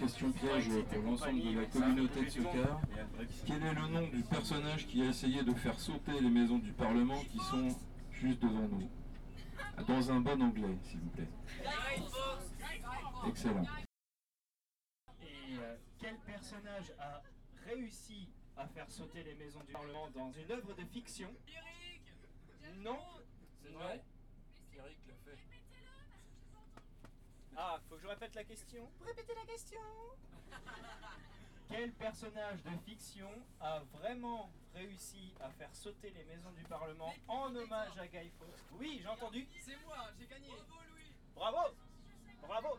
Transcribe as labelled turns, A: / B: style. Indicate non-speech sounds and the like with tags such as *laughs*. A: question piège pour l'ensemble de la communauté de Soccer. Quel est le nom du personnage qui a essayé de faire sauter les maisons du Parlement qui sont juste devant nous Dans un bon anglais, s'il vous plaît. Excellent.
B: Et euh, quel personnage a réussi à faire sauter les maisons du Parlement dans une œuvre de fiction Non
C: C'est
B: vrai
C: vrai Eric l'a fait.
B: Ah, faut que je répète la question Répétez la question *laughs* Quel personnage de fiction a vraiment réussi à faire sauter les maisons du Parlement en hommage à Guy Fawkes Oui, j'ai entendu
C: C'est moi, j'ai gagné.
B: Bravo Bravo